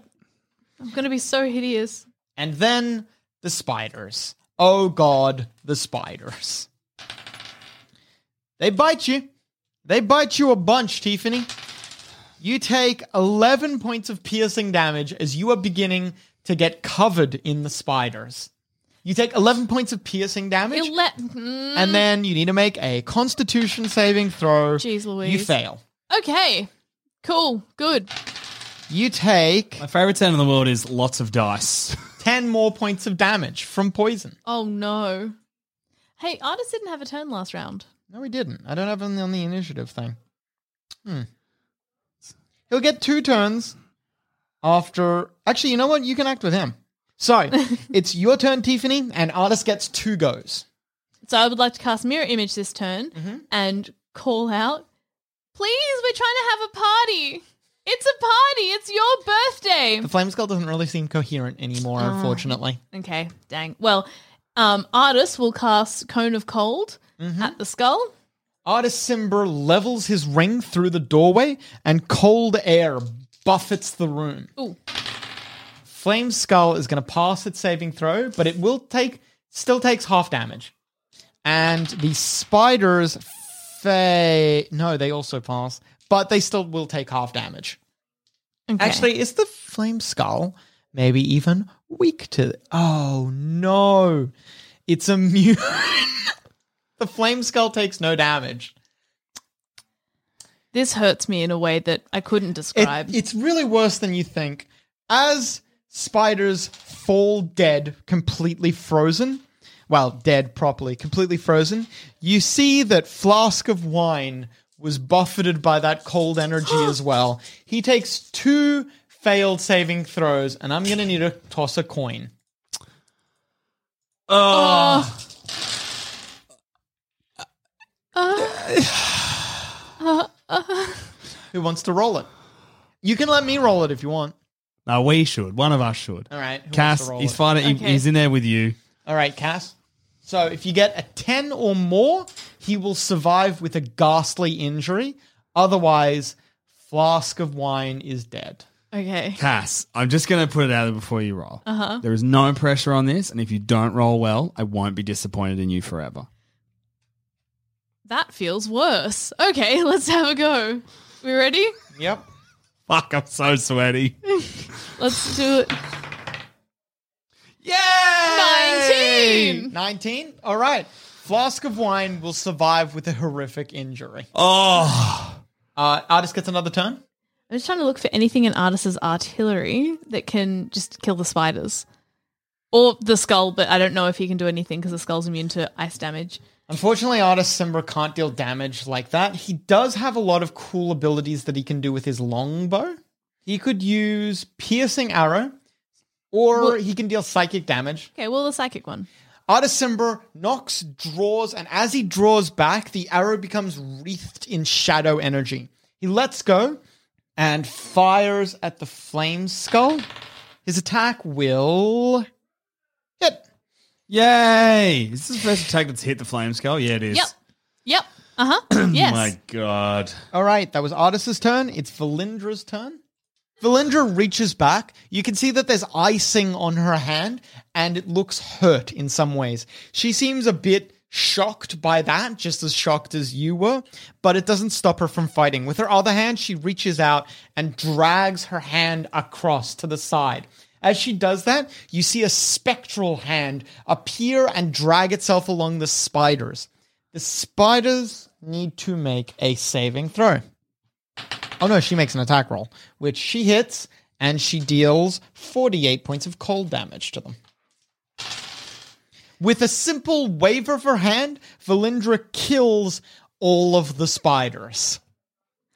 I'm gonna be so hideous. And then the spiders. Oh God, the spiders. They bite you. They bite you a bunch, Tiffany. You take 11 points of piercing damage as you are beginning to get covered in the spiders. You take 11 points of piercing damage. Ele- Mm. And then you need to make a constitution saving throw. Jeez Louise. You fail. Okay, cool, good. You take My favorite sound in the world is lots of dice. 10 more points of damage from poison. Oh no. Hey, artist didn't have a turn last round. No, he didn't. I don't have him on the initiative thing. Hmm. He'll get two turns after. Actually, you know what? You can act with him. So it's your turn, Tiffany, and Artist gets two goes. So I would like to cast mirror image this turn and call out, please, we're trying to have a party. It's a party. It's your birthday. The Flame Skull doesn't really seem coherent anymore, Ah. unfortunately. Okay, dang. Well, um, artist will cast cone of cold at the skull. Artist Simber levels his ring through the doorway, and cold air buffets the room. Ooh. Flame Skull is going to pass its saving throw, but it will take still takes half damage. And the spiders fa no, they also pass, but they still will take half damage. Okay. Actually, is the Flame Skull maybe even weak to? Oh no, it's immune. <laughs> the Flame Skull takes no damage. this hurts me in a way that I couldn't It- describe. it's really worse than you think. As spiders fall dead, completely frozen, well, dead properly, completely frozen, you see that Flask of Wine was buffeted by that cold energy <gasps> as well. He takes two failed saving throws, and I'm going to need to toss a coin. <sighs> oh. Uh, uh, Who wants to roll it? You can let me roll it if you want. No, we should. One of us should. All right. who wants Cass, to roll he's it? fine. He, Okay. He's in there with you. All right, Cass. So if you get a 10 or more, he will survive with a ghastly injury. Otherwise, Flask of Wine is dead. okay. Cass, I'm just going to put it out there before you roll. Uh-huh. There is no pressure on this, and if you don't roll well, I won't be disappointed in you forever. That feels worse. Okay, <laughs> let's have a go. We ready? Yep. Fuck, I'm so sweaty. Let's do it. Yeah! 19! 19? All right. Flask of Wine will survive with a horrific injury. Oh, Uh, artist gets another turn. I'm just trying to look for anything in Artist's artillery that can just kill the spiders. Or the skull, but I don't know if he can do anything because the skull's immune to ice damage. Unfortunately, Artist Simbra can't deal damage like that. He does have a lot of cool abilities that he can do with his longbow. He could use Piercing Arrow, or Well- he can deal psychic damage. Okay, well, the psychic one. Artisimber knocks, draws, and as he draws back, the arrow becomes wreathed in shadow energy. He lets go and fires at the flame skull. His attack will hit. yay! Is this the first attack that's hit the flame skull? Yeah, it is. Yep. Yep. Uh <clears throat> huh. yes. My God. All right, that was Artis's turn. It's Valindra's turn. Valindra reaches back. You can see that there's icing on her hand, and it looks hurt in some ways. She seems a bit shocked by that, just as shocked as you were, but it doesn't stop her from fighting. With her other hand, she reaches out and drags her hand across to the side. As she does that, you see a spectral hand appear and drag itself along the spiders. The spiders need to make a saving throw. Oh no, she makes an attack roll, which she hits, and she deals 48 points of cold damage to them. With a simple wave of her hand, Valindra kills all of the spiders.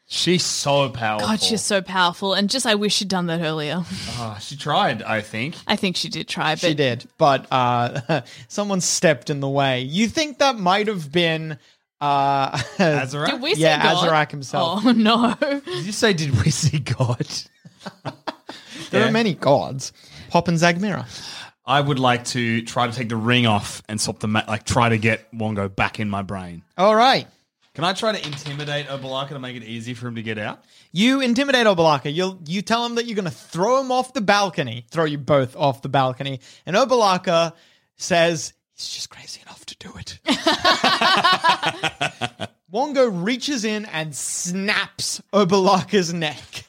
She's so powerful. God, she's so powerful. And just, I wish she'd done that earlier. <laughs> Ah, she tried, I think. I think she did try, but She did, but uh, <laughs> someone stepped in the way. You think that might have been uh, <laughs> Azrak? Did we see yeah, God? Azarak himself. Oh <laughs> no! Did you say, did we <laughs> see God? <laughs> There Yeah. are many gods. Pop and Zagmira. I would like to try to take the ring off and swap the ma- like try to get Wongo back in my brain. All right. Can I try to intimidate Obalaka to make it easy for him to get out? You intimidate Obalaka. You you tell him that you're going to throw him off the balcony. Throw you both off the balcony. And Obalaka says he's just crazy enough to do it. Wongo reaches in and snaps Obalaka's neck.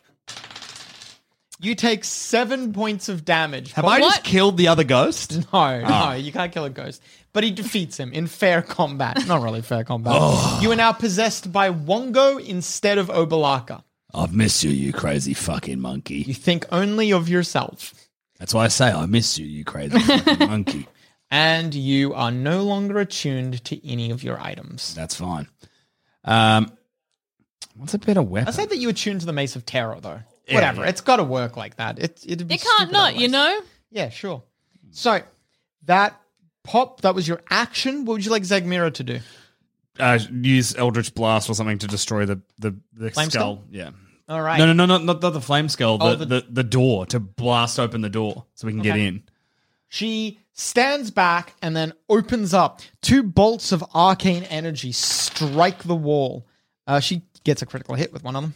You take seven points of damage. Have But- I just killed the other ghost? No, no, you can't kill a ghost. But he defeats him in fair combat. Not really fair combat. You are now possessed by Wongo instead of Obalaka. I've missed you, you crazy fucking monkey. <laughs> You think only of yourself. That's why I say I miss you, you <laughs> crazy fucking monkey. And you are no longer attuned to any of your items. That's fine. Um, what's a better weapon? I said that you attuned to the Mace of Terror, though. Whatever. It's got to work like that. It, it'd be it can't stupid not. You otherwise. know, Yeah, sure. So, that pop, that was your action. What would you like Zagmira to do? Uh, use Eldritch Blast or something to destroy the the, the Flame skull. skull? Yeah. All right. No, no, no, not, not, not the flame skull. The, Oh, the, the- the door to blast open the door so we can get Okay. in. She stands back and then opens up. Two bolts of arcane energy strike the wall. Uh, she gets a critical hit with one of them.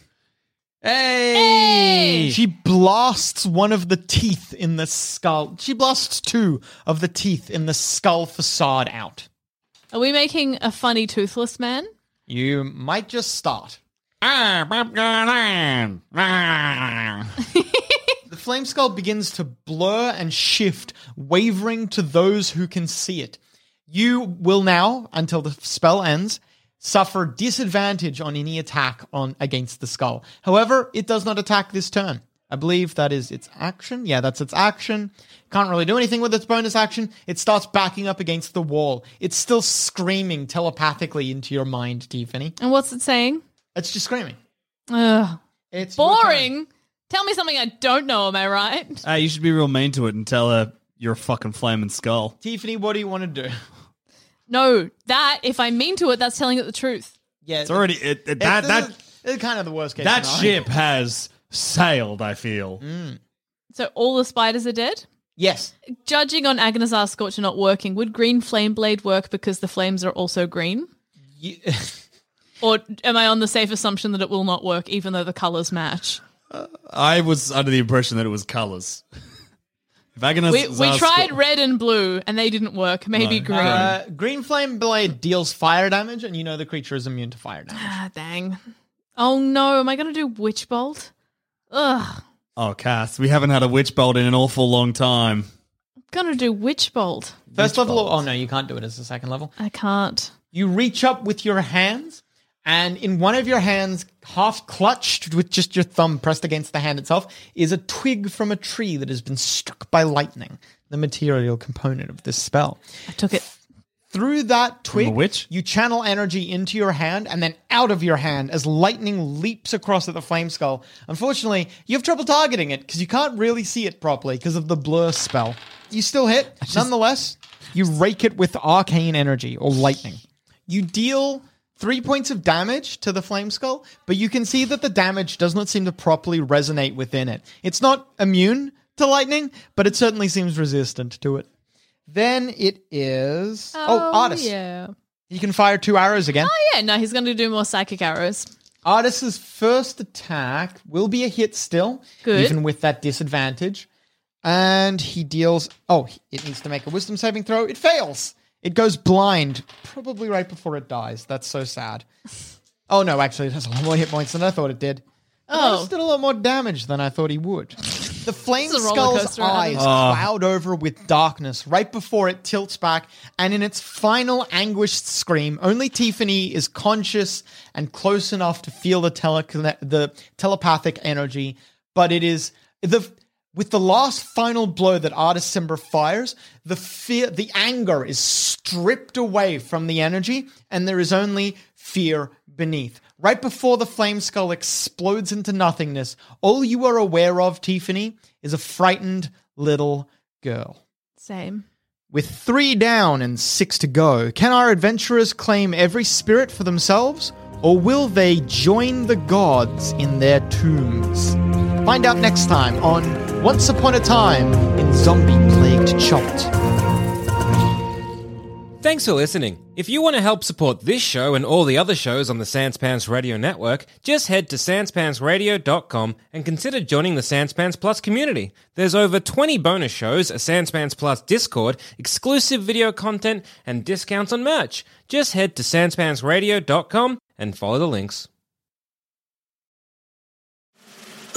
Hey! She blasts one of the teeth in the skull. She blasts two of the teeth in the skull facade out. are we making a funny toothless man? You might just start. Ah. The flame skull begins to blur and shift, wavering to those who can see it. You will now, until the spell ends, suffer disadvantage on any attack on against the skull. However, it does not attack this turn. I believe that is its action. Yeah, that's its action. Can't really do anything with its bonus action. It starts backing up against the wall. It's still screaming telepathically into your mind, Tiffany. And what's it saying? It's just screaming. Ugh, It's your turn. boring. Tell me something I don't know. Am I right? Hey, you should be real mean to it and tell her you're a fucking flaming skull. Tiffany, what do you want to do? No, that if I mean to it, that's telling it the truth. Yeah, It's already it, it- that that it's kind of the worst case. that scenario. ship has sailed. I feel. Mm. So all the spiders are dead. Yes. Judging on Agnazar's scorcher not working, would green flame blade work because the flames are also green? <laughs> You- Or am I on the safe assumption that it will not work even though the colors match? I was under the impression that it was colors. if Agnes We, we Zarsko- tried red and blue and they didn't work. Maybe green. uh, green flame blade deals fire damage, and you know the creature is immune to fire damage. <sighs> Ah, dang. Oh no, am I going to do Witch Bolt? Ugh, Oh, Cass, we haven't had a witch bolt in an awful long time. going to do Witch Bolt. First level, oh no, you can't do it as a second level. I can't. You reach up with your hands, and in one of your hands, half clutched with just your thumb pressed against the hand itself, is a twig from a tree that has been struck by lightning. The material component of this spell. I took it. through that twig, the witch? you channel energy into your hand and then out of your hand as lightning leaps across at the flame skull. Unfortunately, you have trouble targeting it because you can't really see it properly because of the blur spell. You still hit, nonetheless. You rake it with arcane energy or lightning. You deal three points of damage to the flame skull, but you can see that the damage does not seem to properly resonate within it. It's not immune to lightning, but it certainly seems resistant to it. Then it is oh, Artis. Yeah. You can fire two arrows again. Yeah, no, he's going to do more psychic arrows. Artis's first attack will be a hit still, Good. even with that disadvantage. And he deals. Oh, it needs to make a wisdom saving throw. It fails. It goes blind, probably right before it dies. That's so sad. Oh, no, actually, it has a lot more hit points than I thought it did. Oh. Oh. did a lot more damage than I thought he would. The flame This is a roller skull's coaster at eyes cloud over with darkness right before it tilts back, and in its final anguished scream, only Tiffany is conscious and close enough to feel the tele- the telepathic energy. But it is the with the last final blow that Artist Simbra fires, the fear, the anger is stripped away from the energy, and there is only fear beneath. Right before the flame skull explodes into nothingness, all you are aware of, Tiffany, is a frightened little girl. Same. With three down and six to go, can our adventurers claim every spirit for themselves, or will they join the gods in their tombs? Find out next time on Once Upon a Time in Zombie Plagued Chopped. Thanks for listening. If you want to help support this show and all the other shows on the Sanspants Radio Network, just head to sanspantsradio.com and consider joining the Sanspants Plus community. There's over 20 bonus shows, a Sanspants Plus Discord, exclusive video content, and discounts on merch. Just head to sanspantsradio.com and follow the links.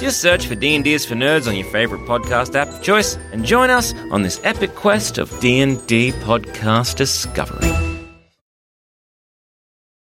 Just search for D&D is for Nerds on your favorite podcast app of choice and join us on this epic quest of D&D podcast discovery.